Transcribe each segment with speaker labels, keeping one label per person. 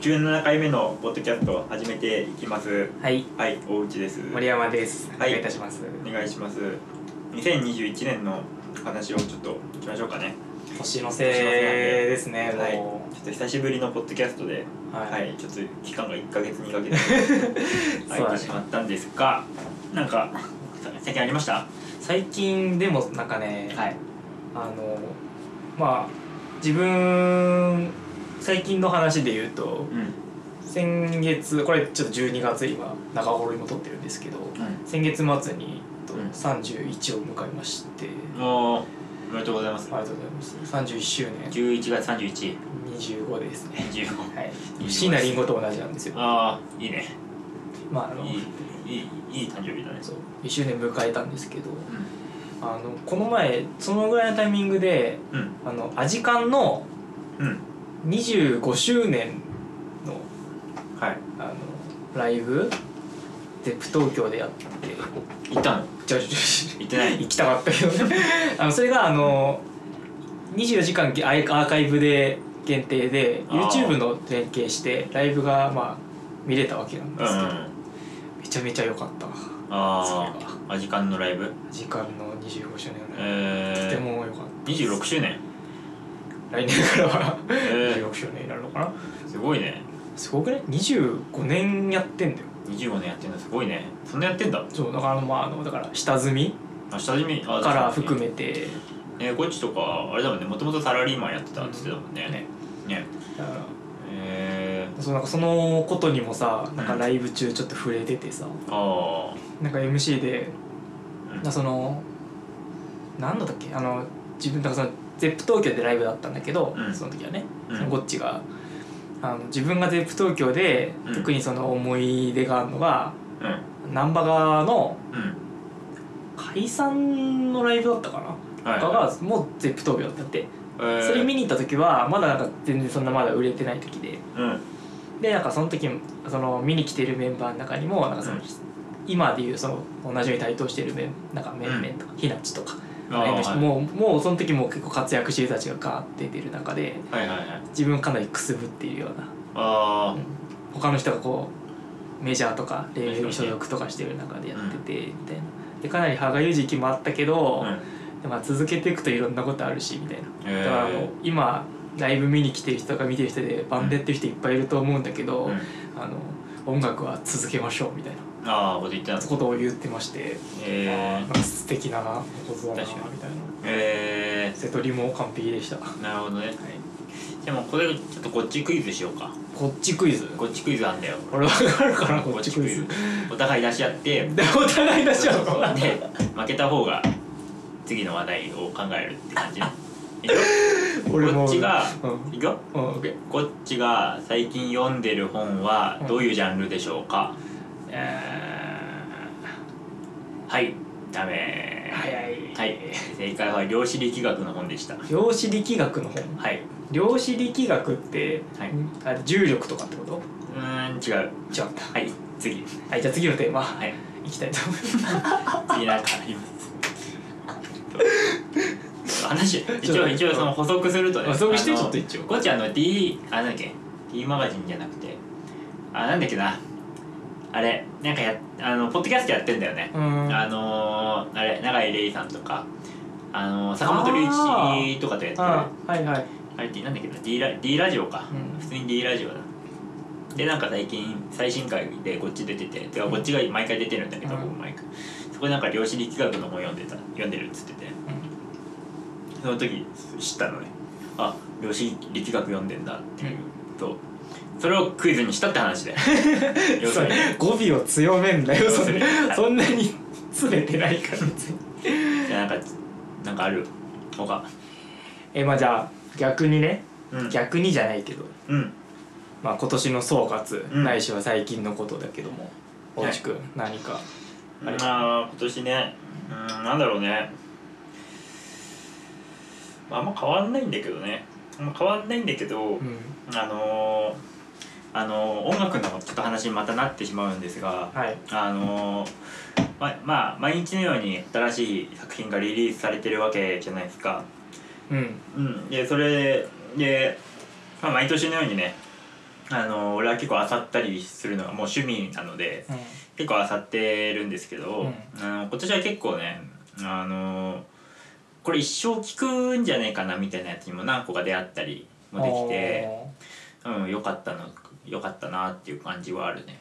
Speaker 1: 17回目のポッドキャストを始めていきます
Speaker 2: はい、
Speaker 1: はい大内です
Speaker 2: 森山です。
Speaker 1: はい
Speaker 2: お願いいたします。
Speaker 1: お願いします2021年の話をちょっといきましょうかね
Speaker 2: 年のせいですね、
Speaker 1: はい
Speaker 2: も
Speaker 1: ちょっと久しぶりのポッドキャストで
Speaker 2: う。
Speaker 1: はい、
Speaker 2: はい。
Speaker 1: ちょっと期間が1ヶ月2ヶ月
Speaker 2: そ
Speaker 1: 空い
Speaker 2: うだ
Speaker 1: て
Speaker 2: ね
Speaker 1: しまったんですがなんか最近ありました
Speaker 2: 最近でもなんかね、
Speaker 1: はい
Speaker 2: あの、まあ、自分、最近の話で言うと、
Speaker 1: うん、うん、
Speaker 2: 先月、これちょっと12月今、中頃にも撮ってるんですけど、先月末に、と
Speaker 1: うん
Speaker 2: 31を迎えまして、
Speaker 1: もうおめでとうございます
Speaker 2: ありがとうございます。31周年、
Speaker 1: 11月31
Speaker 2: 25ですね。
Speaker 1: 日25
Speaker 2: はい。椎名林檎と同じなんですよ。
Speaker 1: ああいいね
Speaker 2: まあ、あの、
Speaker 1: いいいいいい誕生日だね
Speaker 2: そう1周年迎えたんですけど
Speaker 1: う
Speaker 2: あのこの前そのぐらいのタイミングで
Speaker 1: んうん
Speaker 2: あのアジカンの
Speaker 1: うん
Speaker 2: 25周年の
Speaker 1: はい
Speaker 2: あのライブゼップ東京でやって
Speaker 1: 行ったの
Speaker 2: ちょちょちょ
Speaker 1: 行ってない
Speaker 2: 行きたかったけどあのそれがあの24時間アイアーカイブで限定で
Speaker 1: あー
Speaker 2: YouTube の連携してライブがまあ見れたわけなん
Speaker 1: う
Speaker 2: ですけど、
Speaker 1: ん
Speaker 2: めちゃめちゃ良かったわ
Speaker 1: ああアジカンのライブ
Speaker 2: アジカンの25周年のラ
Speaker 1: え
Speaker 2: イブ、とて
Speaker 1: ー、
Speaker 2: も良かった
Speaker 1: 26周年
Speaker 2: 来年からは
Speaker 1: え
Speaker 2: 26周年になるのかな
Speaker 1: ー、すごいね
Speaker 2: すごくね25年やってんだよ
Speaker 1: 25年やってんだすごいねそんなやってんだ
Speaker 2: そうだからあのまああのだから下積み
Speaker 1: あ下積みあ
Speaker 2: から含
Speaker 1: め
Speaker 2: めて
Speaker 1: えー、こっちとかあれだもんねもともとサラリーマンやってたって言ってたもんね、
Speaker 2: ね
Speaker 1: ね
Speaker 2: だから
Speaker 1: え
Speaker 2: そうなんかそのことにもさなんか
Speaker 1: うん
Speaker 2: ライブ中ちょっと触れててさ、
Speaker 1: ー、ああ
Speaker 2: なんか MC で
Speaker 1: うん
Speaker 2: なその何のだっけあの自分だからそのゼップ東京でライブだったんだけど、
Speaker 1: うん
Speaker 2: その時はね、
Speaker 1: うん
Speaker 2: そのゴッチがあの自分がゼップ東京で、
Speaker 1: うん
Speaker 2: 特にその思い出があるのが
Speaker 1: うん
Speaker 2: 難波川の
Speaker 1: うん
Speaker 2: 解散のライブだったかな、
Speaker 1: はい
Speaker 2: とかがもうゼップ東京だったって、
Speaker 1: えー、
Speaker 2: それ見に行った時はまだなんか全然そんなまだ売れてない時で
Speaker 1: うん
Speaker 2: でなんかその時その見に来てるメンバーの中にもなんかその、
Speaker 1: うん
Speaker 2: 今でいうその同じように台頭してるメンなんかメンメンとか、ひなちとか
Speaker 1: あ
Speaker 2: ああいうの人
Speaker 1: ー
Speaker 2: もうもうその時も結構活躍してる人たちがガーって出てる中で
Speaker 1: はいはいはいはい
Speaker 2: 自分かなりくすぶっているような
Speaker 1: あ
Speaker 2: 他の人がこうメジャーとかレーベルに所属とかしてる中でやっててみたいな。でかなり歯がゆい時期もあったけ
Speaker 1: あ
Speaker 2: ど、
Speaker 1: うん
Speaker 2: でも続けていくといろんなことあるしみたいな
Speaker 1: え
Speaker 2: だからあの
Speaker 1: ー
Speaker 2: 今ライブ見に来てる人とか見てる人でバンドやってる人いっぱいいると思うんだけど、
Speaker 1: うん、
Speaker 2: あの音楽は続けましょうみたいな
Speaker 1: ああこと言ってたんです
Speaker 2: ことを言ってまして、あー
Speaker 1: え
Speaker 2: なんか素敵なことだな
Speaker 1: 確かに
Speaker 2: みたいな
Speaker 1: ー、え
Speaker 2: 瀬戸りも完璧でした、はい、
Speaker 1: ー、なるほどねでもこれちょっとこっちクイズしようか
Speaker 2: こっちクイズ
Speaker 1: こっちクイズあんだよ
Speaker 2: 俺分かるかなこっちクイズ
Speaker 1: お互い出し合って
Speaker 2: でお互い出し合うの
Speaker 1: で負けた方が次の話題を考えるって 感じねいくよ
Speaker 2: 俺も
Speaker 1: こっちが
Speaker 2: うんうん
Speaker 1: いくよ
Speaker 2: OK
Speaker 1: こっちが最近読んでる本はどういうジャンルでしょうか、えーはいダメ
Speaker 2: 早い
Speaker 1: はい正解は量子力学の本でした
Speaker 2: 量子力学の本
Speaker 1: はい
Speaker 2: 量子力学って、
Speaker 1: はい
Speaker 2: あれ重力とかってこと
Speaker 1: うーん違う
Speaker 2: 違った
Speaker 1: はい次
Speaker 2: はいじゃあ次のテーマ、
Speaker 1: はい
Speaker 2: いきたいと思います
Speaker 1: 次なんかあります。話一応一応その補足するとね。
Speaker 2: あそうして
Speaker 1: あの
Speaker 2: ちょっと一応
Speaker 1: こっちあの D あなんだっけ D マガジンじゃなくてあなんだっけなあれなんかやあのポッドキャストやってんだよね。
Speaker 2: うん
Speaker 1: あのー、あれ永井玲衣さんとかあのー坂本龍一とかとやってる
Speaker 2: あ
Speaker 1: あ
Speaker 2: はいはい、
Speaker 1: れってなんだっけな D ラ D ラジオか、
Speaker 2: うん
Speaker 1: 普通に D ラジオだ。でなんか最近最新回でこっち出てててかこっちが毎回出てるんだけど、
Speaker 2: うん
Speaker 1: 僕毎回そこでなんか量子力学の本読んでた読んでるっつっててその時知ったのねあ量子力学読んでんだっていうとそれをクイズにしたって話で要す
Speaker 2: そ
Speaker 1: る
Speaker 2: れ
Speaker 1: に
Speaker 2: 語尾を強めんだよそれ
Speaker 1: はい
Speaker 2: そんなに詰めてないから別に
Speaker 1: じゃあなんかなんかある他
Speaker 2: えまあじゃあ逆にね
Speaker 1: うん
Speaker 2: 逆にじゃないけど、
Speaker 1: うん
Speaker 2: まあ、今年の総括、
Speaker 1: うん
Speaker 2: ないしは最近のことだけども
Speaker 1: はい
Speaker 2: 大地君、何かあ
Speaker 1: ま
Speaker 2: れ
Speaker 1: あ今年ねうんなんだろうねまああんま変わんないんだけどねあんま変わんないんだけど、
Speaker 2: うん
Speaker 1: あのーあのー音楽のちょっと話にまたなってしまうんですが
Speaker 2: はい
Speaker 1: あのーままあ毎日のように新しい作品がリリースされてるわけじゃないですか。
Speaker 2: うん
Speaker 1: うん、でそれで、まあ、毎年のようにねあの俺は結構漁ったりするのがもう趣味なので
Speaker 2: うん
Speaker 1: 結構漁ってるんですけど、
Speaker 2: うん
Speaker 1: あの今年は結構ねあのこれ一生聞くんじゃねえかなみたいなやつにも何個か出会ったりもできて。うん、良かったの良かったなっていう感じはあるね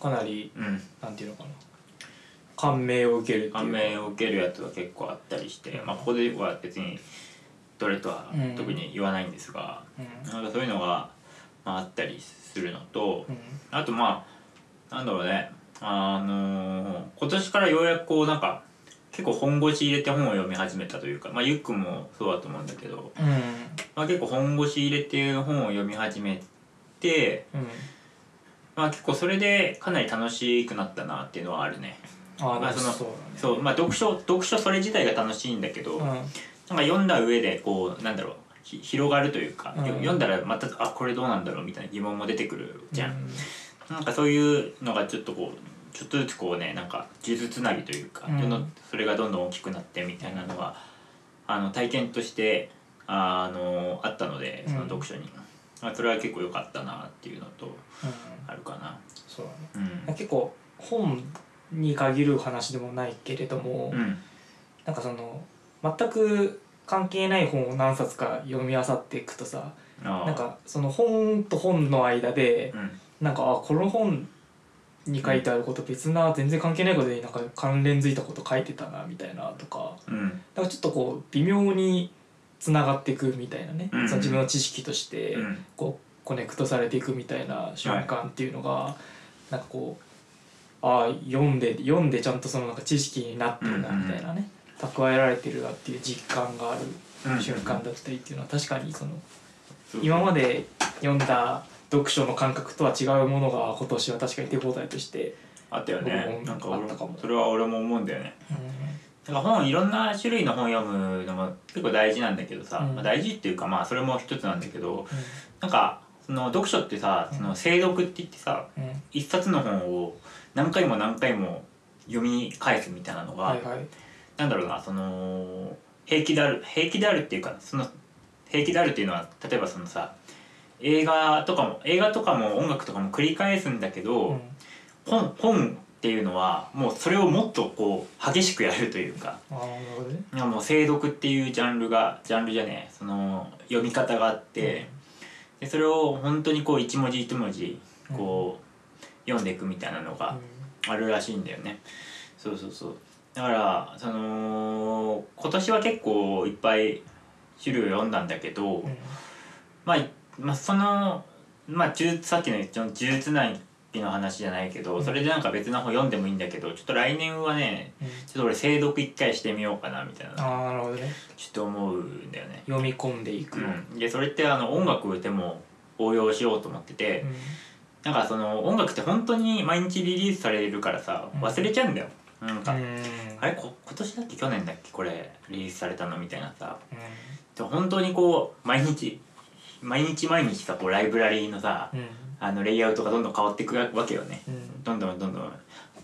Speaker 2: あーかなり
Speaker 1: うん
Speaker 2: なんていうのかな感銘を受けるっていうか
Speaker 1: 感銘を受けるやつは結構あったりして、まあ、ここでは別にどれとは
Speaker 2: うん
Speaker 1: 特に言わないんですが、
Speaker 2: うん
Speaker 1: なんかそういうのが、まあ、あったりするのと
Speaker 2: うん
Speaker 1: あとまあなんだろうねあのー今年からようやくこうなんか結構本腰入れて本を読み始めたというか、まあ、ゆっくんもそうだと思うんだけど、
Speaker 2: うん
Speaker 1: まあ、結構本腰入れて本を読み始めて
Speaker 2: うん
Speaker 1: まあ結構それでかなり楽しくなったなっていうのはあるね。
Speaker 2: ああ
Speaker 1: まあその
Speaker 2: そう
Speaker 1: そうまあ読書読書それ自体が楽しいんだけど、
Speaker 2: だ
Speaker 1: なんか
Speaker 2: ね
Speaker 1: 読んだ上でこうなんだろうひ広がるというか、
Speaker 2: うん
Speaker 1: よ読んだらまたあこれどうなんだろうみたいな疑問も出てくる
Speaker 2: うん
Speaker 1: じゃん。
Speaker 2: うん
Speaker 1: なんかそういうのがちょっとこうちょっとずつこうねなんか数珠つなぎというか、
Speaker 2: うん
Speaker 1: どんどんそれがどんどん大きくなってみたいなのがあの体験としてああのあったのでその読書に、まあそれは結構良かったなっていうのと
Speaker 2: うん
Speaker 1: あるかな。
Speaker 2: そうだね
Speaker 1: うん
Speaker 2: 結構本に限る話でもないけれども、
Speaker 1: うん
Speaker 2: なんかその全く関係ない本を何冊か読み漁っていくとさ
Speaker 1: あー
Speaker 2: なんかその本と本の間で
Speaker 1: うん
Speaker 2: なんかあこの本に書いてあること別な全然関係ないことになんか関連づいたこと書いてたなみたいなとか
Speaker 1: うん
Speaker 2: なんかちょっとこう微妙につながっていくみたいなね、
Speaker 1: うん
Speaker 2: その自分の知識として
Speaker 1: うん
Speaker 2: こうコネクトされていくみたいな瞬間っていうのが、なんかこうああ読んで読んでちゃんとそのなんか知識になってるな
Speaker 1: うんうん
Speaker 2: みたいなね、蓄えられてるなっていう実感があ
Speaker 1: うん
Speaker 2: る瞬間だったりっていうのは確かにその
Speaker 1: そう
Speaker 2: 今まで読んだ読書の感覚とは違うものが今年は確かに手応えとして、
Speaker 1: あったよね
Speaker 2: 僕も
Speaker 1: なんか俺
Speaker 2: あったか
Speaker 1: も
Speaker 2: も
Speaker 1: それは俺も思うんだよねだから本いろんな種類の本読むのも結構大事なんだけどさ、
Speaker 2: うん
Speaker 1: まあ、大事っていうかまあそれも一つなんだけどなんかその読書ってさその精読って言ってさ
Speaker 2: うんうん
Speaker 1: 一冊の本を何回も何回も読み返すみたいなのが、
Speaker 2: はいはい、
Speaker 1: なんだろうなその平気である平気であるっていうかその平気であるっていうのは例えばそのさ映画とかも映画とかも音楽とかも繰り返すんだけど、
Speaker 2: うん
Speaker 1: 本本っていうのはもうそれをもっとこう激しくやるというか
Speaker 2: ああなるほどね
Speaker 1: いやもう精読っていうジャンルがジャンルじゃねえその読み方があって、でそれを本当にこう一文字一文字こう、読んでいくみたいなのがあるらしいんだよね。そうそうそうだからその今年は結構いっぱい種類を読んだんだけど、
Speaker 2: うんうん
Speaker 1: まあ、いまあその、まあ、呪さっきのその呪術内の話じゃないけど、
Speaker 2: うん
Speaker 1: それでなんか別の本読んでもいいんだけどちょっと来年はね
Speaker 2: うん
Speaker 1: ちょっと俺精読一回してみようかなみたいな
Speaker 2: ああなるほどね
Speaker 1: ちょっと思うんだよね。
Speaker 2: 読み込んでいく、
Speaker 1: うん、でそれってあの音楽でも応用しようと思ってて、
Speaker 2: うん
Speaker 1: なんかその音楽って本当に毎日リリースされるからさ
Speaker 2: うん
Speaker 1: 忘れちゃうんだよ。なんか、
Speaker 2: うん
Speaker 1: あれこ今年だっけ去年だっけこれリリースされたのみたいなさ
Speaker 2: う
Speaker 1: でも本当にこう毎日毎日毎日さこうライブラリーのさ、
Speaker 2: んうん
Speaker 1: あのレイアウトがどんどん変わっていくわけよね
Speaker 2: うん
Speaker 1: どんどんどんどん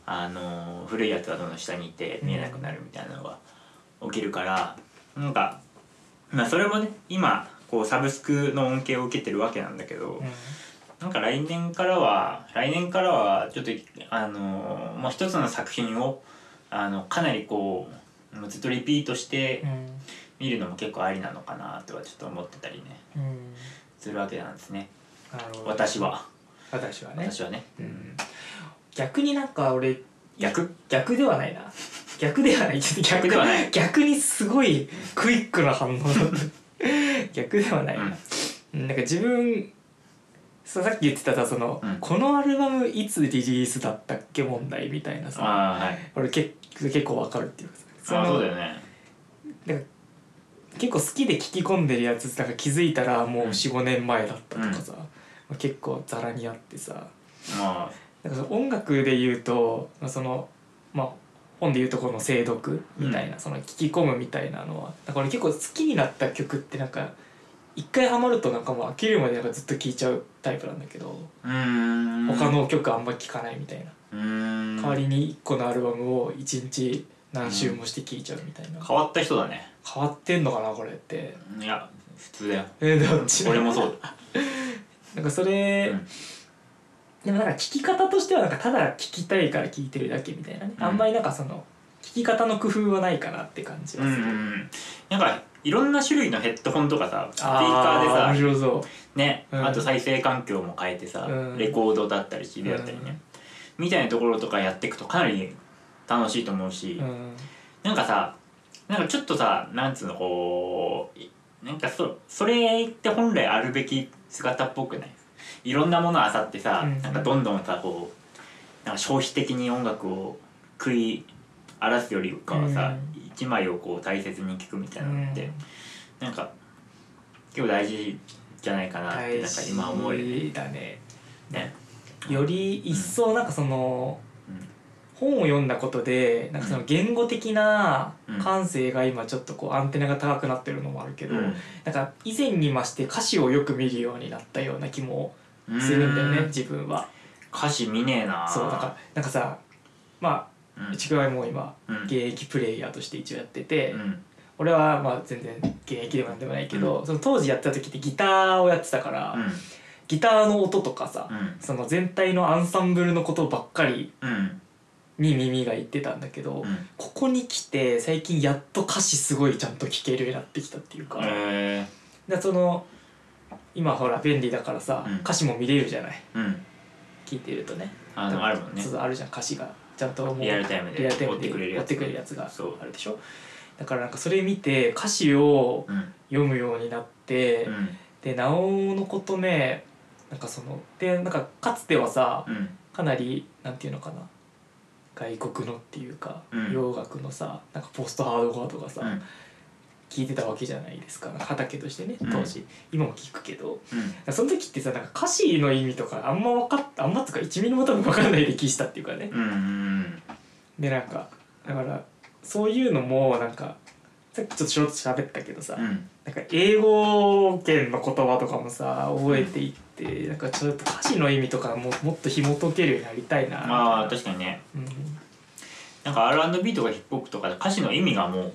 Speaker 1: あのー古いやつがどんどん下にいて見えなくなるみたいなのが起きるからなんか、まあ、それもね今こうサブスクの恩恵を受けてるわけなんだけどなんか来年からは来年からはちょっとあのーもう一つの作品をあのかなりこうもうずっとリピートして
Speaker 2: うん
Speaker 1: 見るのも結構ありなのかなとはちょっと思ってたりね
Speaker 2: うん
Speaker 1: するわけなんですね
Speaker 2: なるほど
Speaker 1: 私は
Speaker 2: 私はね
Speaker 1: 私はね。
Speaker 2: うん逆になんか俺
Speaker 1: 逆
Speaker 2: 逆ではないな逆ではないちょっと
Speaker 1: 逆ではない
Speaker 2: 逆にすごいクイックな反応だった逆ではないな、うんなんか自分ささっき言ってたさその、
Speaker 1: うん
Speaker 2: このアルバムいつリリースだったっけ問題みたいなさ
Speaker 1: ああはい
Speaker 2: 俺結結構わかるっていうかさ
Speaker 1: ああ
Speaker 2: の
Speaker 1: そうだよね
Speaker 2: なんか結構好きで聞き込んでるやつなんか気づいたらもう
Speaker 1: うん
Speaker 2: 45年前だったとかさ、まあ結構ざらにあってさ
Speaker 1: ま
Speaker 2: なんかその音楽で言うとまあそのまあ本で言うとこの精読みたいな、その聞き込むみたいなのはだから俺結構好きになった曲ってなんか一回ハマるとなんかもう飽きるまでなんかずっと聴いちゃうタイプなんだけど、
Speaker 1: あうーん
Speaker 2: 他の曲あんま聴かないみたいな、
Speaker 1: うーん
Speaker 2: 代わりに1個のアルバムを1日何周もして聴いちゃうみたいな、
Speaker 1: 変わった人だね
Speaker 2: 変わってんのかなこれって。
Speaker 1: いや普通だよ
Speaker 2: えどっち
Speaker 1: 俺もそう
Speaker 2: なんかそれ、
Speaker 1: うん
Speaker 2: でもなんか聞き方としてはなんかただ聞きたいから聞いてるだけみたいなね、
Speaker 1: うん
Speaker 2: あんまりなんかその聞き方の工夫はないかなって感じ
Speaker 1: う
Speaker 2: は
Speaker 1: んう
Speaker 2: す
Speaker 1: んう
Speaker 2: る、
Speaker 1: んなんかいろんな種類のヘッドホンとかさスピーカ
Speaker 2: あ
Speaker 1: ーでさ
Speaker 2: 面白そう
Speaker 1: ね、
Speaker 2: うん
Speaker 1: あと再生環境も変えてさ、
Speaker 2: うん
Speaker 1: レコードだったり CD だったりね、みたいなところとかやっていくとかなり楽しいと思うし、
Speaker 2: うん
Speaker 1: なんかさなんかちょっとさなんつうのこういなんかそそれって本来あるべき姿っぽくないいろんなものあさってさ、
Speaker 2: うん
Speaker 1: なんかどんどんさこうなんか消費的に音楽を食い荒らすよりかはさ、一枚をこう大切に聴くみたいなのって、なんか結構大事じゃないかなってなんか今思える
Speaker 2: 大事だね
Speaker 1: ね。
Speaker 2: より一層なんかその、
Speaker 1: うん
Speaker 2: 本を読んだことでなんかその言語的な
Speaker 1: うん
Speaker 2: 感性が今ちょっとこうアンテナが高くなってるのもあるけど、なんか以前に増して歌詞をよく見るようになったような気も
Speaker 1: うん
Speaker 2: するんだよね
Speaker 1: うん
Speaker 2: 自分は。
Speaker 1: 歌詞見ねえな
Speaker 2: そうなんかなんかさま
Speaker 1: うん
Speaker 2: あうちくわも今
Speaker 1: うん
Speaker 2: 現役プレイヤーとして一応やってて、
Speaker 1: うん
Speaker 2: 俺はまあ全然現役でもなんでもないけど、その当時やってた時ってギターをやってたから、
Speaker 1: うん
Speaker 2: ギターの音とかさ、
Speaker 1: うん
Speaker 2: その全体のアンサンブルのことばっかり
Speaker 1: うん
Speaker 2: に耳がいってたんだけど、
Speaker 1: うん
Speaker 2: ここに来て最近やっと歌詞すごいちゃんと聴けるようになってきたっていうか,、
Speaker 1: へえ
Speaker 2: でその今ほら便利だからさ、
Speaker 1: うん
Speaker 2: 歌詞も見れるじゃない
Speaker 1: うん
Speaker 2: 聴いてるとね
Speaker 1: あのあるもんね
Speaker 2: そうそうあるじゃん歌詞がちゃんともう
Speaker 1: リアルタイムで
Speaker 2: リアルタイム
Speaker 1: 追ってくれるやつ
Speaker 2: 追ってくれるやつが
Speaker 1: そう
Speaker 2: あるでしょだからなんかそれ見て歌詞を
Speaker 1: うん
Speaker 2: 読むようになって、
Speaker 1: うん
Speaker 2: でなおのことねなんかそのでなんかかつてはさ
Speaker 1: うん
Speaker 2: かなりなんていうのかな外国のっていうか、
Speaker 1: うん
Speaker 2: 洋楽のさなんかポストハードコアとかさ、
Speaker 1: うん
Speaker 2: 聞いてたわけじゃないですかなんか畑としてね
Speaker 1: うん
Speaker 2: 当時、今も聞くけど
Speaker 1: うん
Speaker 2: その時ってさなんか歌詞の意味とかあんま分かっあんまつか1ミリも多分分かんないで聞いてたっていうかね
Speaker 1: うんうん
Speaker 2: でなんかだからそういうのもなんかさっきちょっとしょろっと喋ったけどさ、
Speaker 1: うん
Speaker 2: なんか英語圏の言葉とかもさ覚えていって、なんかちょっと歌詞の意味とかももっと紐解けるようになりたいな
Speaker 1: まあ確かにね
Speaker 2: うん
Speaker 1: なんか R&B とかヒップホップとか歌詞の意味がもう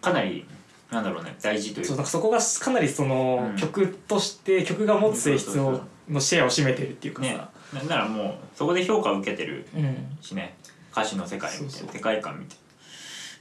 Speaker 1: かなりなんだろうね大事とい
Speaker 2: そ
Speaker 1: う
Speaker 2: うな
Speaker 1: か
Speaker 2: んかそこがかなりその、
Speaker 1: うん
Speaker 2: 曲として曲が持つ性質
Speaker 1: そうそう
Speaker 2: をのシェアを占めてるっていうか
Speaker 1: ね
Speaker 2: さ、
Speaker 1: なんならもうそこで評価を受けてる
Speaker 2: うん
Speaker 1: しね歌詞の世界みた
Speaker 2: そ
Speaker 1: いう
Speaker 2: そ
Speaker 1: な
Speaker 2: う
Speaker 1: 世界観みたいな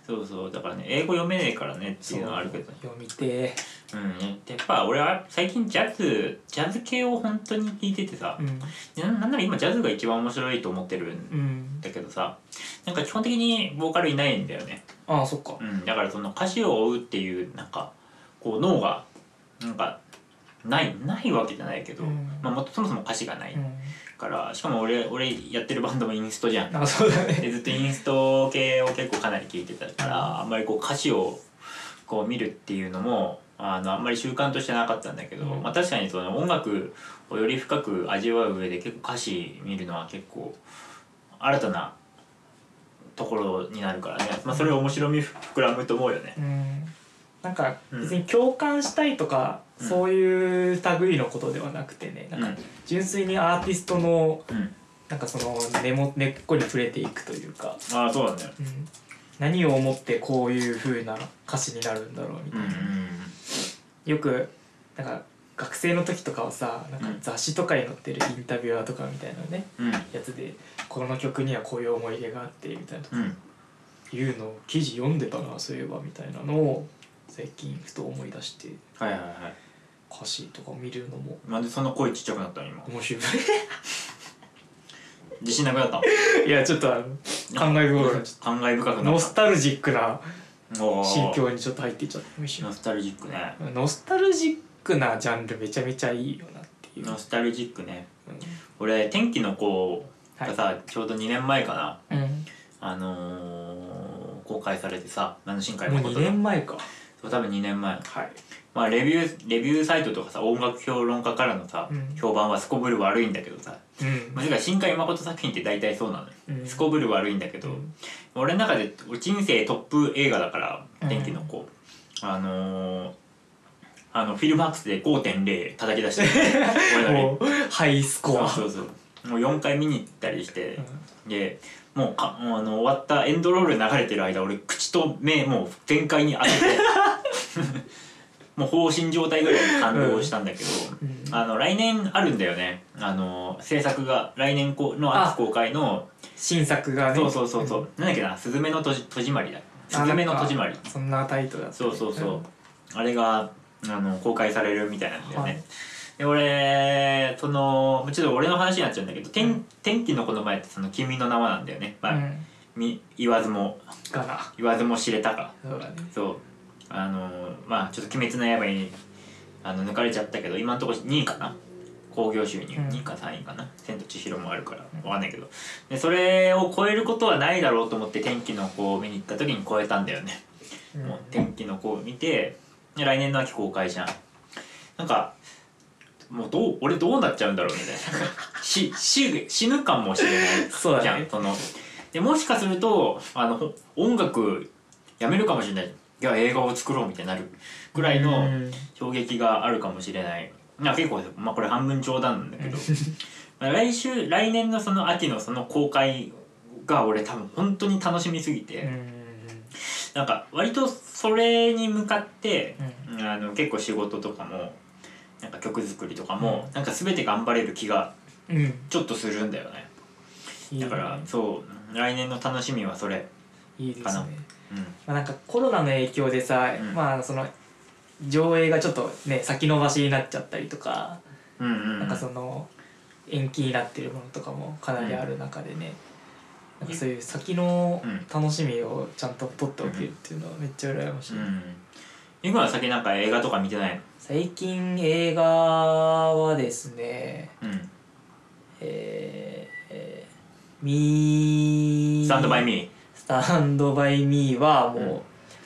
Speaker 1: そうそうだからね英語読めねえからねっていうのはあるけど
Speaker 2: 読みて
Speaker 1: うんやっぱ俺は最近ジャズジャズ系を本当に聞いててさ
Speaker 2: うん
Speaker 1: ななんなら今ジャズが一番面白いと思ってるん
Speaker 2: うん
Speaker 1: だけどさなんか基本的にボーカルいないんだよね、
Speaker 2: ああそっか
Speaker 1: うん、だからその歌詞を追うっていうなんかこう脳がなんかないないわけじゃないけど、
Speaker 2: うん
Speaker 1: まあ、もっとそもそも歌詞がな
Speaker 2: う
Speaker 1: い
Speaker 2: ん
Speaker 1: からしかも俺俺やってるバンドもインストじゃん
Speaker 2: なんかそうだね
Speaker 1: でずっとインスト系を結構かなり聞いてたからあんまりこう歌詞をこう見るっていうのもあのあんまり習慣としてなかったんだけど、
Speaker 2: うん
Speaker 1: まあ、確かにその音楽をより深く味わう上で結構歌詞見るのは結構新たなところになるからね、まあ、それを面白み膨らむと思うよね。
Speaker 2: うんなんか
Speaker 1: うん
Speaker 2: 別に共感したいとか、
Speaker 1: うん
Speaker 2: そういう類のことではなくてねなんか純粋にアーティストの
Speaker 1: うん、うん
Speaker 2: なんかその根も根っこに触れていくというか、
Speaker 1: ああそうだね。
Speaker 2: うん、何を思ってこういう風な歌詞になるんだろうみ
Speaker 1: う
Speaker 2: たい
Speaker 1: ん
Speaker 2: な、よくなんか学生の時とかはさなんか雑誌とかに載ってるインタビュアーとかみたいなね
Speaker 1: うんうん
Speaker 2: やつでこの曲にはこういう思い出があってみたいなとか
Speaker 1: うん
Speaker 2: いうのを記事読んでたなそういえばみたいなのを最近ふと思い出して
Speaker 1: はいはいはい。
Speaker 2: 歌詞とか見るのも
Speaker 1: なんでそんな声ちっちゃくなったの今。
Speaker 2: 面白
Speaker 1: 自信なくなったの。
Speaker 2: いいやちょっとあの感慨深くなっち
Speaker 1: 感慨深
Speaker 2: ゃっ
Speaker 1: く
Speaker 2: た
Speaker 1: な
Speaker 2: ノ
Speaker 1: っ
Speaker 2: スタルジックな
Speaker 1: た。おー
Speaker 2: 心境にちょっと入っていっちゃった一瞬
Speaker 1: ノスタルジックね
Speaker 2: ノスタルジックなジャンルめちゃめちゃいいよなっていう、うん
Speaker 1: ノスタルジックね俺天気の子がさ、ちょうど2年前かな
Speaker 2: うん
Speaker 1: あのー公開されてさ何の新海
Speaker 2: もう
Speaker 1: の
Speaker 2: 2
Speaker 1: と
Speaker 2: 年前か
Speaker 1: そう多分2年前
Speaker 2: はい
Speaker 1: まあレビューレビューサイトとかさ音楽評論家からのさ、
Speaker 2: うん
Speaker 1: 評判はすこぶる悪いんだけどさ
Speaker 2: うん
Speaker 1: まあてか新海誠作品って大体そうなのよ、
Speaker 2: うん
Speaker 1: すこぶる悪いんだけど、
Speaker 2: うん
Speaker 1: 俺の中で人生トップ映画だから
Speaker 2: うん
Speaker 1: 天気の子、あのーあのフィルマークスで5.0叩き出して 俺のレビュー
Speaker 2: もうハイスコア
Speaker 1: そうそうそうもう4回見に行ったりして
Speaker 2: うん、
Speaker 1: でもうかもうあの終わった エンドロール流れてる間俺口と目もう全開に当ててもう放心状態ぐらいに感動したんだけど、
Speaker 2: うん
Speaker 1: あの来年あるんだよねあの制作が来年この秋公開の
Speaker 2: 新作がね
Speaker 1: そうそうそうそうなんだっけな「すずめのとじ戸締まり」だ「すずめの戸締まり
Speaker 2: あなんかそんなタイトルだ」った
Speaker 1: そうそうそう、あれがあの公開されるみたいなんだよね、で俺そのちょっと俺の話になっちゃうんだけど「
Speaker 2: う
Speaker 1: 天
Speaker 2: ん
Speaker 1: 天気の子の前」ってその「君の名は」なんだよね、
Speaker 2: う
Speaker 1: まあ
Speaker 2: んうん
Speaker 1: み言わずも
Speaker 2: かな
Speaker 1: 言わずも知れたか
Speaker 2: そうだね
Speaker 1: そうあのまあちょっと「鬼滅の刃に」あの抜かれちゃったけど今のところ2位かな興行収入
Speaker 2: うん
Speaker 1: 2位か3位かな「千と千尋」もあるからわかんないけどでそれを超えることはないだろうと思って「天気の子」を見に行った時に超えたんだよね
Speaker 2: うん
Speaker 1: もう天気の子を見てで来年の秋公開じゃんなんかもうどう俺どうなっちゃうんだろうみたいな し死死ぬかもしれない
Speaker 2: そう
Speaker 1: じゃ
Speaker 2: だ
Speaker 1: ん
Speaker 2: ね
Speaker 1: そのでもしかするとあのほ音楽やめるかもしれないいや映画を作ろうみたいになるぐらいうの
Speaker 2: ん
Speaker 1: 衝撃があるかもしれないな結構、まあ、これ半分冗談なんだけどまあ来週来年のその秋のその公開が俺多分本当に楽しみすぎて、
Speaker 2: うん
Speaker 1: なんか割とそれに向かって、あの結構仕事とかもなんか曲作りとかも、なんか全て頑張れる気が
Speaker 2: うん
Speaker 1: ちょっとするんだよね
Speaker 2: いいね
Speaker 1: だからそう来年の楽しみはそれ
Speaker 2: いいで
Speaker 1: か
Speaker 2: す
Speaker 1: な
Speaker 2: ね
Speaker 1: う
Speaker 2: まあ、なんかコロナの影響でさ、
Speaker 1: うん
Speaker 2: まあその上映がちょっとね先延ばしになっちゃったりとか、
Speaker 1: んうんうん
Speaker 2: なんかその延期になってるものとかもかなりある中でね、
Speaker 1: うん
Speaker 2: なんかそういう先の
Speaker 1: うん
Speaker 2: 楽しみをちゃんと取っておけるっていうのはめっちゃ羨ましい、
Speaker 1: うんゆくは先なんか映画とか見てない
Speaker 2: 最近映画はですね
Speaker 1: うん
Speaker 2: えーえーミー
Speaker 1: スタンドバイミ
Speaker 2: スタンドバイミーはも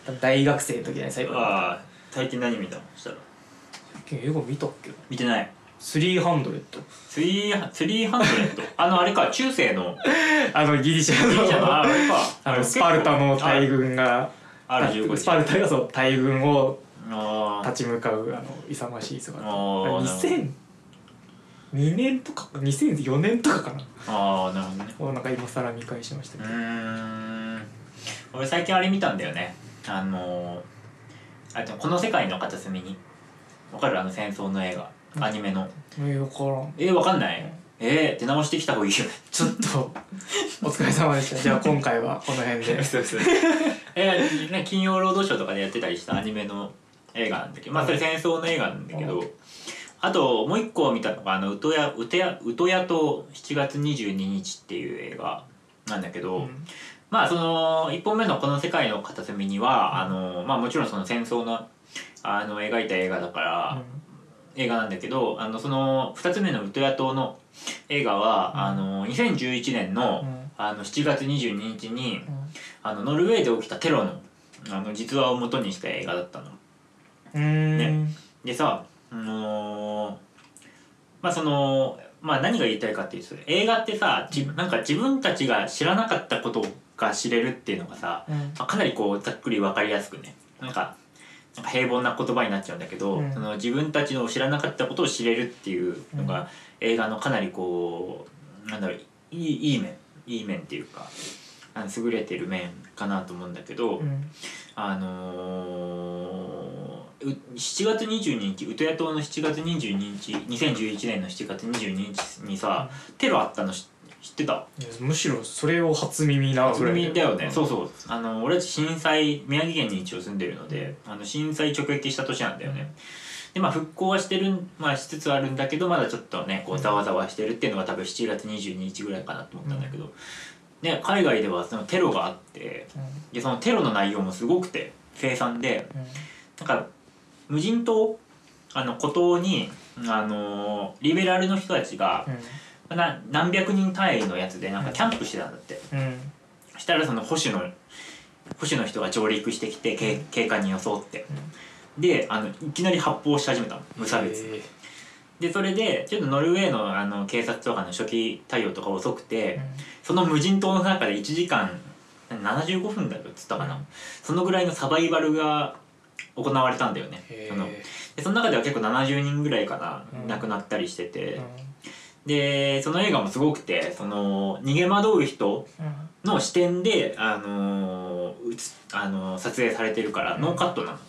Speaker 2: う、大学生の時だね最
Speaker 1: ー
Speaker 2: 後
Speaker 1: ああ最近何見たのそしたら
Speaker 2: 映画見たっけ
Speaker 1: 見てない
Speaker 2: スリーハンドレット
Speaker 1: スリースリーハンドレッド あのあれか中世の
Speaker 2: あのギリシャ
Speaker 1: ギ
Speaker 2: の
Speaker 1: リシャのああれか
Speaker 2: あのスパルタの大軍が
Speaker 1: ある15時
Speaker 2: スパルタがそう大軍を
Speaker 1: あー
Speaker 2: 立ち向かうあの勇ましい姿
Speaker 1: あー
Speaker 2: 2002年とか2004年とかかな
Speaker 1: あーなるほどね
Speaker 2: をなんか今更見返しました
Speaker 1: う
Speaker 2: けど、
Speaker 1: ーん俺最近あれ見たんだよねあのー、あでもこの世界の片隅にわかるあの戦争の映
Speaker 2: うん
Speaker 1: 画アニメの
Speaker 2: えー、からん
Speaker 1: えー、わかんないえー、出直してきた方がいいよね
Speaker 2: ちょっとお疲れ様で したじゃあ今回はこの辺 で
Speaker 1: えー、なんか金曜ロードショーとかでやってたりしたアニメの映画なんだけどまあそれ戦争の映画なんだけどあともう一個見たのが「あのウトヤウトヤウトヤと7月22日」っていう映画なんだけど、
Speaker 2: うん
Speaker 1: まあその1本目の「この世界の片隅には」あのまあ、もちろんその戦争のあの描いた映画だから、映画なんだけどあのその2つ目の「ウトヤ島」の映画は、
Speaker 2: うん
Speaker 1: あの2011年
Speaker 2: う
Speaker 1: の,、
Speaker 2: ん
Speaker 1: あの7月22日に
Speaker 2: うん
Speaker 1: あのノルウェーで起きたテロのあの実話を元にした映画だったの。
Speaker 2: うーん
Speaker 1: でさ、あのーまあそのまあ、何が言いたいかっていうと映画ってさじなんか自分たちが知らなかったことが知れるっていうのがさ、
Speaker 2: うん
Speaker 1: まあ、かなりこうざっくり分かりやすくねなんかなんか平凡な言葉になっちゃうんだけど、
Speaker 2: うん
Speaker 1: その自分たちの知らなかったことを知れるっていうのが、
Speaker 2: うん
Speaker 1: 映画のかなりこうなんだろういいいい面いい面っていうかあの優れてる面かなと思うんだけど、
Speaker 2: うん
Speaker 1: あのー、う7月22日ウトヤ島の7月22日2011年の7月22日にさテロあったの知知ってた
Speaker 2: いやむしろそれを初耳なぐらい
Speaker 1: 海だよね、そううそうあの俺たち震災宮城県に一応住んでるのであの震災直撃した年なんだよねでまあ復興はしてるんまあしつつあるんだけどまだちょっとねこうざわざわしてるっていうのが多分7月22日ぐらいかなと思ったんだけど、ね、海外ではそのテロがあって
Speaker 2: うん
Speaker 1: でそのテロの内容もすごくて凄惨で
Speaker 2: うん
Speaker 1: なんか無人島あの孤島にあのリベラルの人たちがな何百人単位のやつでなんかキャンプしてたんだって。
Speaker 2: うんうん
Speaker 1: そしたらその保守の保守の人が上陸してきて警警官に装って、であのいきなり発砲し始めたの無差別に
Speaker 2: え
Speaker 1: でそれでちょっとノルウェーのあの警察とかの初期対応とか遅くて、
Speaker 2: ー
Speaker 1: その無人島の中で1時間75分だよっつったかな、そのぐらいのサバイバルが行われたんだよね
Speaker 2: へ
Speaker 1: そ
Speaker 2: ー
Speaker 1: のでその中では結構70人ぐらいかな、
Speaker 2: うん
Speaker 1: 亡くなったりしてて、
Speaker 2: う
Speaker 1: でその映画もすごくてその逃げ惑う人
Speaker 2: ん
Speaker 1: の視点で、あのーうつあのー撮影されてるからノーカットなの、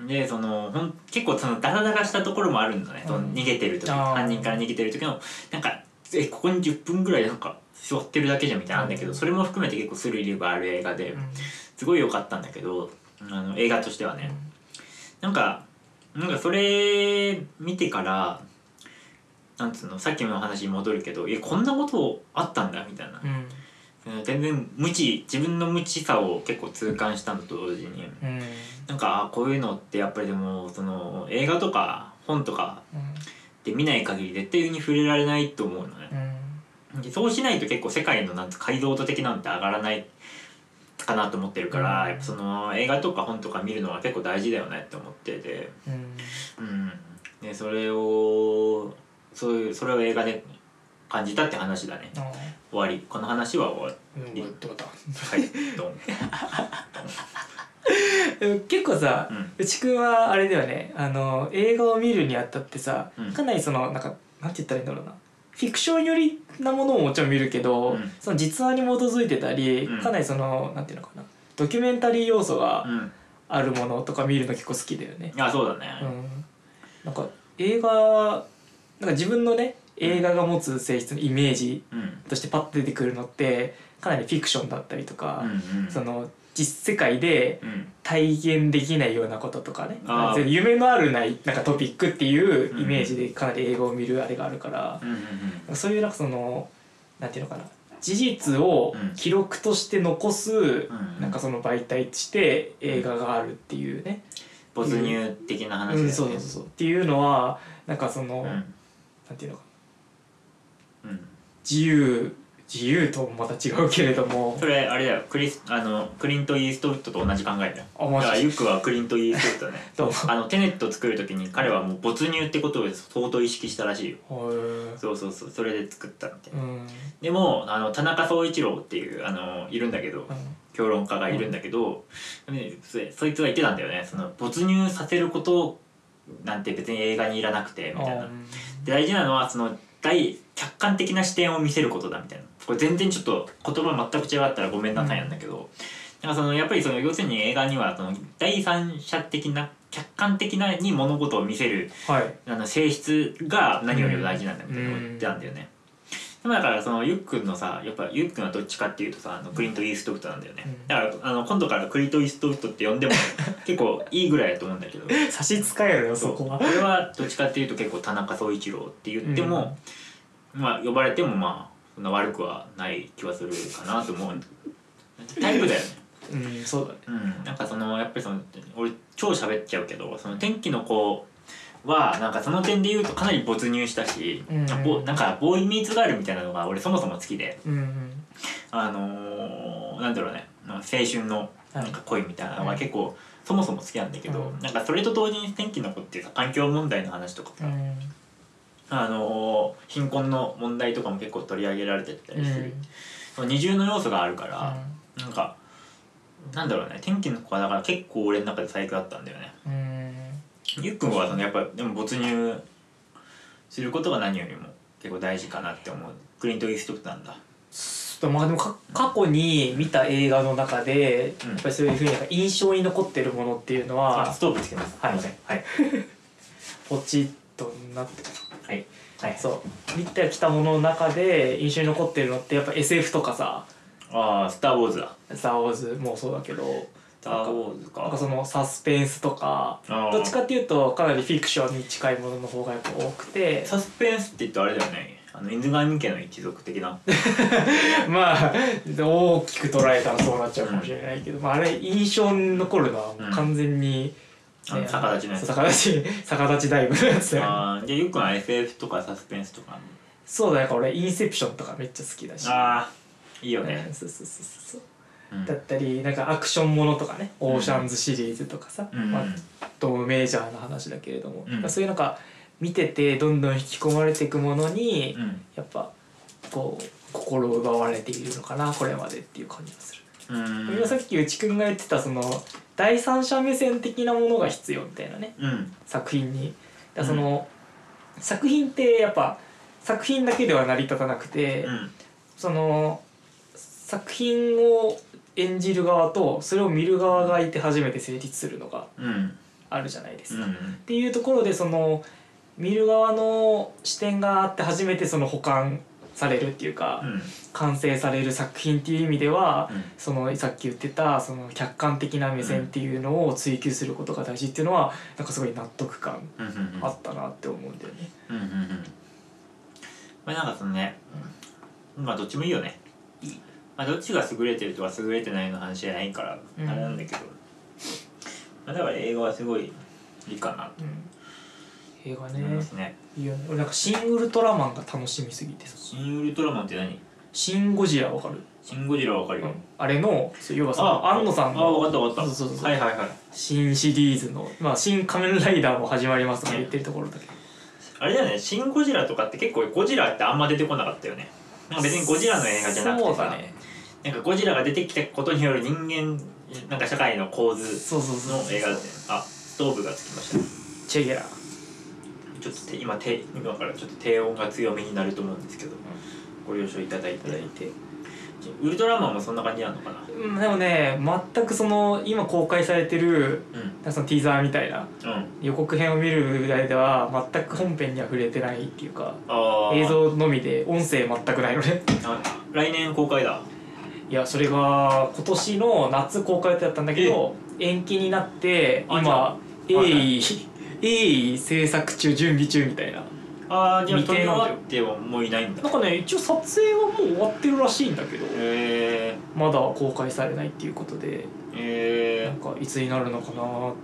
Speaker 2: うん
Speaker 1: でそのほん結構そのダラダラしたところもあるんだね、その
Speaker 2: うん
Speaker 1: 逃げてる時
Speaker 2: あー
Speaker 1: 犯人から逃げてる時のなんかえここに10分ぐらいなんか座ってるだけじゃんみたいなのあるんだけど、
Speaker 2: うん
Speaker 1: それも含めて結構スリルがある映画で、すごい良かったんだけどあの映画としてはね、なんかなんかそれ見てからなんつうのさっきの話に戻るけど「えこんなことあったんだ」みたいな、
Speaker 2: うん
Speaker 1: うん全然無知自分の無知さを結構痛感したのと同時に
Speaker 2: うん
Speaker 1: なんかあこういうのってやっぱりでもその映画とか本とか
Speaker 2: うん
Speaker 1: で見ない限り絶対に触れられないと思うのね。
Speaker 2: うん
Speaker 1: でそうしないと結構世界のなんつ解像度的なんて上がらないかなと思ってるから、
Speaker 2: うん
Speaker 1: やっぱその映画とか本とか見るのは結構大事だよねって思ってて、
Speaker 2: うん
Speaker 1: うん、でそれをそういうそれを映画で感じたって話だね
Speaker 2: ああ
Speaker 1: 終わりこの話は終わり
Speaker 2: うんってこと
Speaker 1: はいドン、
Speaker 2: え結構さ、
Speaker 1: うん
Speaker 2: うちくんはあれだよねあの映画を見るにあたってさ、
Speaker 1: うん
Speaker 2: かなりそのなんかなんて言ったらいいんだろうなフィクション寄りなものももちろん見るけど、
Speaker 1: うん
Speaker 2: その実話に基づいてたり、
Speaker 1: うん
Speaker 2: かなりそのなんていうのかなドキュメンタリー要素があるものとか見るの結構好きだよね
Speaker 1: う。ん、あそうだね、
Speaker 2: うん、なんか映画なんか自分のね映画が持つ性質のイメージ
Speaker 1: うんうん
Speaker 2: としてパッと出てくるのってかなりフィクションだったりとか、
Speaker 1: うん
Speaker 2: その実世界で
Speaker 1: うん
Speaker 2: 体現できないようなこととかね
Speaker 1: あー
Speaker 2: 夢のあるないなんかトピックっていうイメージでかなり映画を見るあれがあるから
Speaker 1: う、んうん
Speaker 2: そういうなんかそのなんていうのかな事実を
Speaker 1: うん
Speaker 2: 記録として残す、
Speaker 1: ん
Speaker 2: なんかその媒体として映画があるっていうね、
Speaker 1: 没入的な話だ
Speaker 2: う
Speaker 1: よ
Speaker 2: ん
Speaker 1: ね
Speaker 2: そうそうそうっていうのはなんかその、
Speaker 1: う
Speaker 2: なん
Speaker 1: ん
Speaker 2: ていうのかな
Speaker 1: うん
Speaker 2: 自由自由ともまた違うけれども
Speaker 1: それあれだよクリスあのクリント・イーストウッドと同じ考えだよ
Speaker 2: あ
Speaker 1: だ
Speaker 2: マ
Speaker 1: から
Speaker 2: ジ
Speaker 1: ユックはクリント・イーストウッドだね
Speaker 2: どうも
Speaker 1: あのテネット作る時に彼はもう没入ってことを相当意識したらしいよ
Speaker 2: へー
Speaker 1: そうそうそうそれで作ったみたいうなんでもあの田中総一郎っていうあのいるんだけど評論家がいるんだけど、ねそそいつが言ってたんだよねその没入させることなんて別に映画にいらなくてみたいなで大事なのはその大客観的な視点を見せることだみたいなこれ全然ちょっと言葉全く違かったらごめんなさいなんだけど、なんかそのやっぱりその要するに映画にはその第三者的な客観的なに物事を見せる
Speaker 2: あーはい
Speaker 1: あの性質が何よりも大事なんだみたいなことを言ってたんだよね。でもだからそのユックンのさやっぱユックンはどっちかっていうとさあのクリント・イーストウッドなんだよね、
Speaker 2: うん
Speaker 1: だからあの今度からクリント・イーストウッドって呼んでも結構いいぐらいだと思うんだけど
Speaker 2: 差し支えるよそこは
Speaker 1: 俺はどっちかっていうと結構田中総一郎って言っても、まあ呼ばれてもまあそんな悪くはない気はするかなと思うタイプだよね
Speaker 2: うんそうだね
Speaker 1: うん、なんかそのやっぱりその俺超喋っちゃうけどその天気の子はなんかその点で言うとかなり没入したし、
Speaker 2: うん
Speaker 1: ぼなんかボーイミーツガールみたいなのが俺そもそも好きで
Speaker 2: うん
Speaker 1: あのー、なんだろうねまあ青春のなんか恋みたいなの
Speaker 2: は
Speaker 1: が
Speaker 2: い
Speaker 1: 結構そもそも好きなんだけど、
Speaker 2: うん
Speaker 1: なんかそれと同時に天気の子っていうか環境問題の話とか
Speaker 2: う
Speaker 1: さ、
Speaker 2: ん
Speaker 1: あのー貧困の問題とかも結構取り上げられてた
Speaker 2: う
Speaker 1: りする
Speaker 2: ん、
Speaker 1: その二重の要素があるから、なんかなんだろうね天気の子はだから結構俺の中で最高だったんだよね
Speaker 2: うん
Speaker 1: ゆっくんはそのやっぱでも没入することが何よりも結構大事かなって思うクリント・イーストウッドなんだ
Speaker 2: ちょっとまあでもか過去に見た映画の中で、
Speaker 1: うん
Speaker 2: やっぱりそういうふうになんか印象に残ってるものっていうの
Speaker 1: あ
Speaker 2: は
Speaker 1: ストーブつけます
Speaker 2: はい
Speaker 1: すいませんはい
Speaker 2: ポチッとなって
Speaker 1: はいはい
Speaker 2: そう見てきたものの中で印象に残ってるのってやっぱ SF とかさ
Speaker 1: ああスター・ウォーズだ
Speaker 2: 「スター・ウォーズ」もそうだけど
Speaker 1: スター・ウォーズ
Speaker 2: なんか
Speaker 1: か
Speaker 2: そのサスペンスとか
Speaker 1: あー
Speaker 2: どっちかっていうとかなりフィクションに近いものの方がやっぱ多くて
Speaker 1: サスペンスって言うとあれだよねあの犬神家の一族的な
Speaker 2: まあ大きく捉えたらそうなっちゃうかもしれないけど、まあ、あれ印象に残るのはもう完全
Speaker 1: う
Speaker 2: に、
Speaker 1: んあの逆立ちのやつ
Speaker 2: そう逆立ち 逆立ちダイブのやつだよね
Speaker 1: あーじゃあゆっくんは SF とかサスペンスとか
Speaker 2: そうだよ俺インセプションとかめっちゃ好きだし
Speaker 1: ああいいよ
Speaker 2: う
Speaker 1: ね
Speaker 2: ん、そうそうそうそう
Speaker 1: うん
Speaker 2: だったりなんかアクションものとかね「オーシャンズ」シリーズとかさ、
Speaker 1: うん
Speaker 2: まあ、ドームメジャーな話だけれども、
Speaker 1: うん
Speaker 2: そういうなんか見ててどんどん引き込まれていくものに、
Speaker 1: うん
Speaker 2: やっぱこう心を奪われているのかなこれまでっていう感じがす
Speaker 1: う
Speaker 2: る。
Speaker 1: ん
Speaker 2: 今さっき内くんが言ってたその第三者目線的なものが必要みたいなね
Speaker 1: うん
Speaker 2: 作品に。だからその、作品ってやっぱ作品だけでは成り立たなくて、
Speaker 1: うん
Speaker 2: その作品を演じる側とそれを見る側がいて初めて成立するのが
Speaker 1: うん
Speaker 2: あるじゃないです
Speaker 1: う
Speaker 2: か。
Speaker 1: ん
Speaker 2: っていうところでその見る側の視点があって初めてその保管されるっていうか、
Speaker 1: うん
Speaker 2: 完成される作品っていう意味では、
Speaker 1: うん
Speaker 2: そのさっき言ってたその客観的な目線っていうのを追求することが大事っていうのはなんかすごい納得感
Speaker 1: うんうん
Speaker 2: あったなって思うんだよね。
Speaker 1: うんうんうんまあなんかそのねまあどっちもいいよね
Speaker 2: いい
Speaker 1: まあどっちが優れてるとか優れてないの話じゃないから
Speaker 2: うん
Speaker 1: あれなんだけど、まあだから映画はすごいいいかなと
Speaker 2: うん、映画
Speaker 1: 思いま
Speaker 2: ね
Speaker 1: すね
Speaker 2: いいよね俺なんか「シン・ウルトラマン」が楽しみすぎてさ「
Speaker 1: 新ウルトラマンって何
Speaker 2: シン・ゴジラ」わかる、
Speaker 1: シン・ゴジラわかる
Speaker 2: う
Speaker 1: よ、
Speaker 2: んあれのそう要はその安野さん
Speaker 1: ああ
Speaker 2: の
Speaker 1: わかったわかった
Speaker 2: そうそうそう
Speaker 1: はいはいはい
Speaker 2: 新シリーズの「まあ、新仮面ライダー」も始まりますとか言ってるところだけど
Speaker 1: あれだよね「シン・ゴジラ」とかって結構ゴジラってあんま出てこなかったよねなんか別にゴジラの映画じゃなくて
Speaker 2: そう
Speaker 1: さ、
Speaker 2: だね
Speaker 1: なんかゴジラが出てきたことによる人間なんか社会の構図
Speaker 2: そうそうそう
Speaker 1: の映画だったよねあストーブがつきましたね
Speaker 2: チェゲラ
Speaker 1: ちょっとて今て今からちょっと低音が強めになると思うんですけど、ご了承いただいて
Speaker 2: いただいて
Speaker 1: ウルトラマンもそんな感じなのかな
Speaker 2: うんでもね全くその今公開されてる
Speaker 1: うん
Speaker 2: なんかそのティーザーみたいな
Speaker 1: うん
Speaker 2: 予告編を見るぐらいでは全く本編には触れてないっていうか
Speaker 1: ああ
Speaker 2: 映像のみで音声全くないのね
Speaker 1: 来年公開だ
Speaker 2: いやそれが今年の夏公開予定だったんだけど延期になって
Speaker 1: あじゃあ
Speaker 2: 今鋭意 鋭意制作中準備中みたいな
Speaker 1: ああじゃあ
Speaker 2: 未
Speaker 1: 撮り終
Speaker 2: 定なんだ
Speaker 1: わ
Speaker 2: よ
Speaker 1: ってはもういないんだ
Speaker 2: なんかね一応撮影はもう終わってるらしいんだけど
Speaker 1: え
Speaker 2: まだ公開されないっていうことで
Speaker 1: ー、え
Speaker 2: なん
Speaker 1: ー、
Speaker 2: かいつになるのかな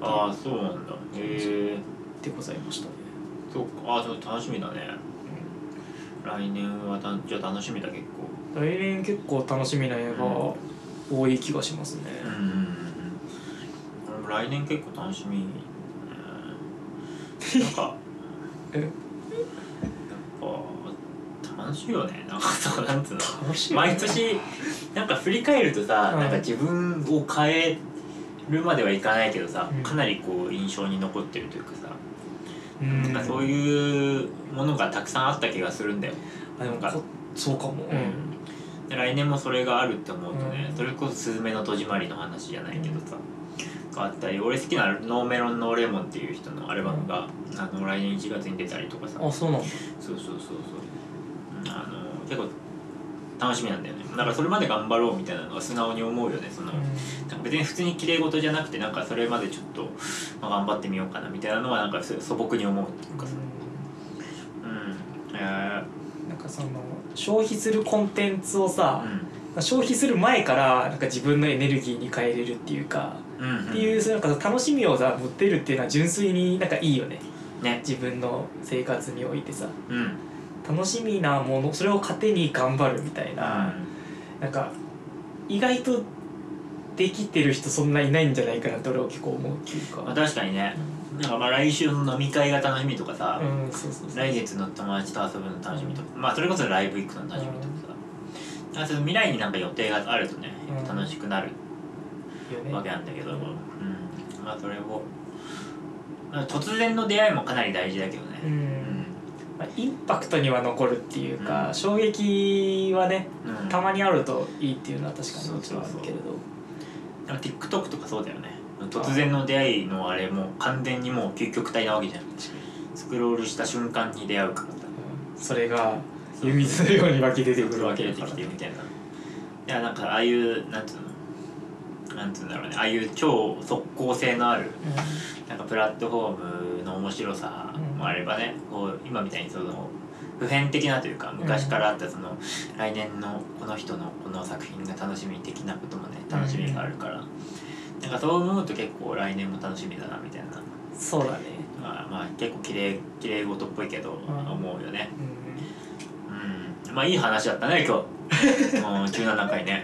Speaker 1: あ
Speaker 2: ー
Speaker 1: あ
Speaker 2: っ
Speaker 1: そうなんだええ
Speaker 2: てでございましたね
Speaker 1: ー、そうかああちょっと楽しみだね来年はたじゃあ楽しみだ結構
Speaker 2: 来年結構楽しみな映画多い気がしますね、
Speaker 1: うんうんうん俺も来年結構楽しみ うんなんか
Speaker 2: え
Speaker 1: やっぱ楽しいよねなんかそうなんつうの
Speaker 2: 楽しいよね
Speaker 1: 毎年なんか振り返るとさ、
Speaker 2: うん
Speaker 1: なんか自分を変えるまではいかないけどさ、
Speaker 2: うん
Speaker 1: かなりこう印象に残ってるというかさ、
Speaker 2: うん
Speaker 1: なんかそういうものがたくさんあった気がするんだよ、
Speaker 2: あでもこそうかも、うん
Speaker 1: で来年もそれがあるって思うとね、
Speaker 2: うん
Speaker 1: それこそ「スズメの戸締まり」の話じゃないけどさ、があったり俺好きな「ノーメロンノーレモン」っていう人のアルバムが、あの来年1月に出たりとかさ
Speaker 2: あそうなんだ
Speaker 1: そうそうそうそううんあの結構楽しみなんだよねだからそれまで頑張ろうみたいなのが素直に思うよねその、なんか別に普通に綺麗事じゃなくてなんかそれまでちょっと、まあ、頑張ってみようかなみたいなのはなんかす素朴に思うっていうかさうんえ
Speaker 2: なんかその消費するコンテンツを
Speaker 1: ー
Speaker 2: さ
Speaker 1: う、ん
Speaker 2: 消費する前からなんか自分のエネルギーに変えれるっていうか、
Speaker 1: うんうん
Speaker 2: っていうそのなんか楽しみをさ持ってるっていうのは純粋になんかいいよね
Speaker 1: ね
Speaker 2: 自分の生活においてさ
Speaker 1: うん
Speaker 2: 楽しみなものそれを糧に頑張るみたいな、なんか意外とできてる人そんないないんじゃないかなって俺は結構思うっていうか、
Speaker 1: まあ、確かにねなんかまあ来週の飲み会が楽しみとかさ、
Speaker 2: うんそうそうそう
Speaker 1: 来月の友達と遊ぶの楽しみとかまあそれこそライブ行くの楽しみとかさ、なんかその未来になんか予定があるとね、
Speaker 2: うん
Speaker 1: 楽しくなる
Speaker 2: よね
Speaker 1: わけなんだけど、うんまあそれをまあ突然の出会いもかなり大事だけどね、
Speaker 2: う
Speaker 1: うん
Speaker 2: んまあ、インパクトには残るっていうか、
Speaker 1: うん
Speaker 2: 衝撃はね
Speaker 1: うん
Speaker 2: たまにあるといいっていうのは確かに
Speaker 1: そうそ
Speaker 2: も
Speaker 1: う
Speaker 2: ち
Speaker 1: そう
Speaker 2: ろんあるけれど
Speaker 1: なんか TikTok とかそうだよね突然の出会いのあれも完全にもう究極体なわけじゃんスクロールした瞬間に出会うからさ
Speaker 2: うんそれが湯水のように湧き出てくる
Speaker 1: 分け
Speaker 2: だ
Speaker 1: れ
Speaker 2: か
Speaker 1: て
Speaker 2: ら
Speaker 1: きてみたいないやなんかああいうなんつうのなんつうんだろうねああいう超速攻性のあるなんかプラットフォームの面白さもあればね、こう今みたいにその普遍的なというか昔からあったその、来年のこの人のこの作品が楽しみ的なこともね楽しみがあるから、なんかそう思うと結構来年も楽しみだなみたいな、
Speaker 2: うんそうだね、
Speaker 1: まあ、まあ結構きれいきれい事っぽいけど、
Speaker 2: うん
Speaker 1: 思うよね。
Speaker 2: う
Speaker 1: うんまあいい話だったね今日うん17回ね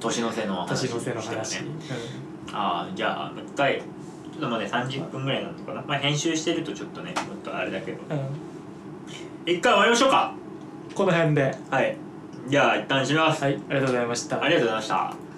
Speaker 1: 年の瀬の
Speaker 2: ん、
Speaker 1: 話
Speaker 2: 年の瀬の話、
Speaker 1: ね
Speaker 2: うん
Speaker 1: ああじゃあもう一回ちょっとまあね30分ぐらいなのかな、まあ、編集してるとちょっとねもっとあれだけど
Speaker 2: うん
Speaker 1: 一回終わりましょうか
Speaker 2: この辺で
Speaker 1: はいじゃあ一旦閉めます、
Speaker 2: はいありがとうございました
Speaker 1: ありがとうございました